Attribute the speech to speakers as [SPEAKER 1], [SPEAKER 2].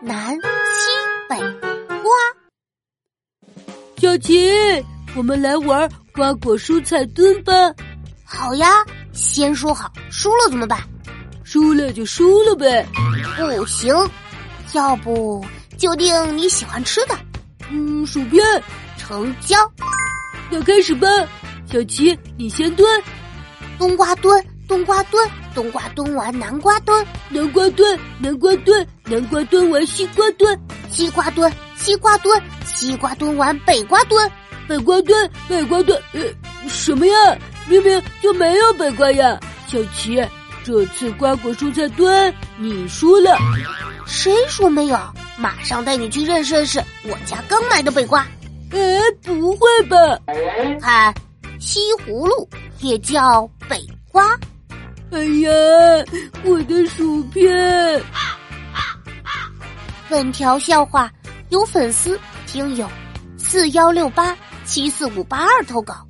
[SPEAKER 1] 南西北蛙。
[SPEAKER 2] 小琴，我们来玩瓜果蔬菜蹲吧。
[SPEAKER 1] 好呀，先说好，输了怎么办？
[SPEAKER 2] 输了就输了呗。
[SPEAKER 1] 不行，要不就定你喜欢吃的，
[SPEAKER 2] 嗯，薯片。
[SPEAKER 1] 成交。
[SPEAKER 2] 那开始吧，小琪，你先蹲。
[SPEAKER 1] 冬瓜蹲，冬瓜蹲，冬瓜蹲完南瓜蹲，
[SPEAKER 2] 南瓜蹲，南瓜蹲，南瓜蹲完西瓜蹲，
[SPEAKER 1] 西瓜蹲，西瓜蹲，西瓜蹲完北瓜蹲，
[SPEAKER 2] 北瓜蹲，北瓜蹲，呃，什么呀？明明就没有北瓜呀！小琪，这次瓜果蔬菜蹲你输了。
[SPEAKER 1] 谁说没有？马上带你去认识认识我家刚买的北瓜。
[SPEAKER 2] 哎，不会吧？
[SPEAKER 1] 看，西葫芦也叫北瓜。
[SPEAKER 2] 哎呀，我的薯片！
[SPEAKER 1] 本条笑话由粉丝听友四幺六八七四五八二投稿。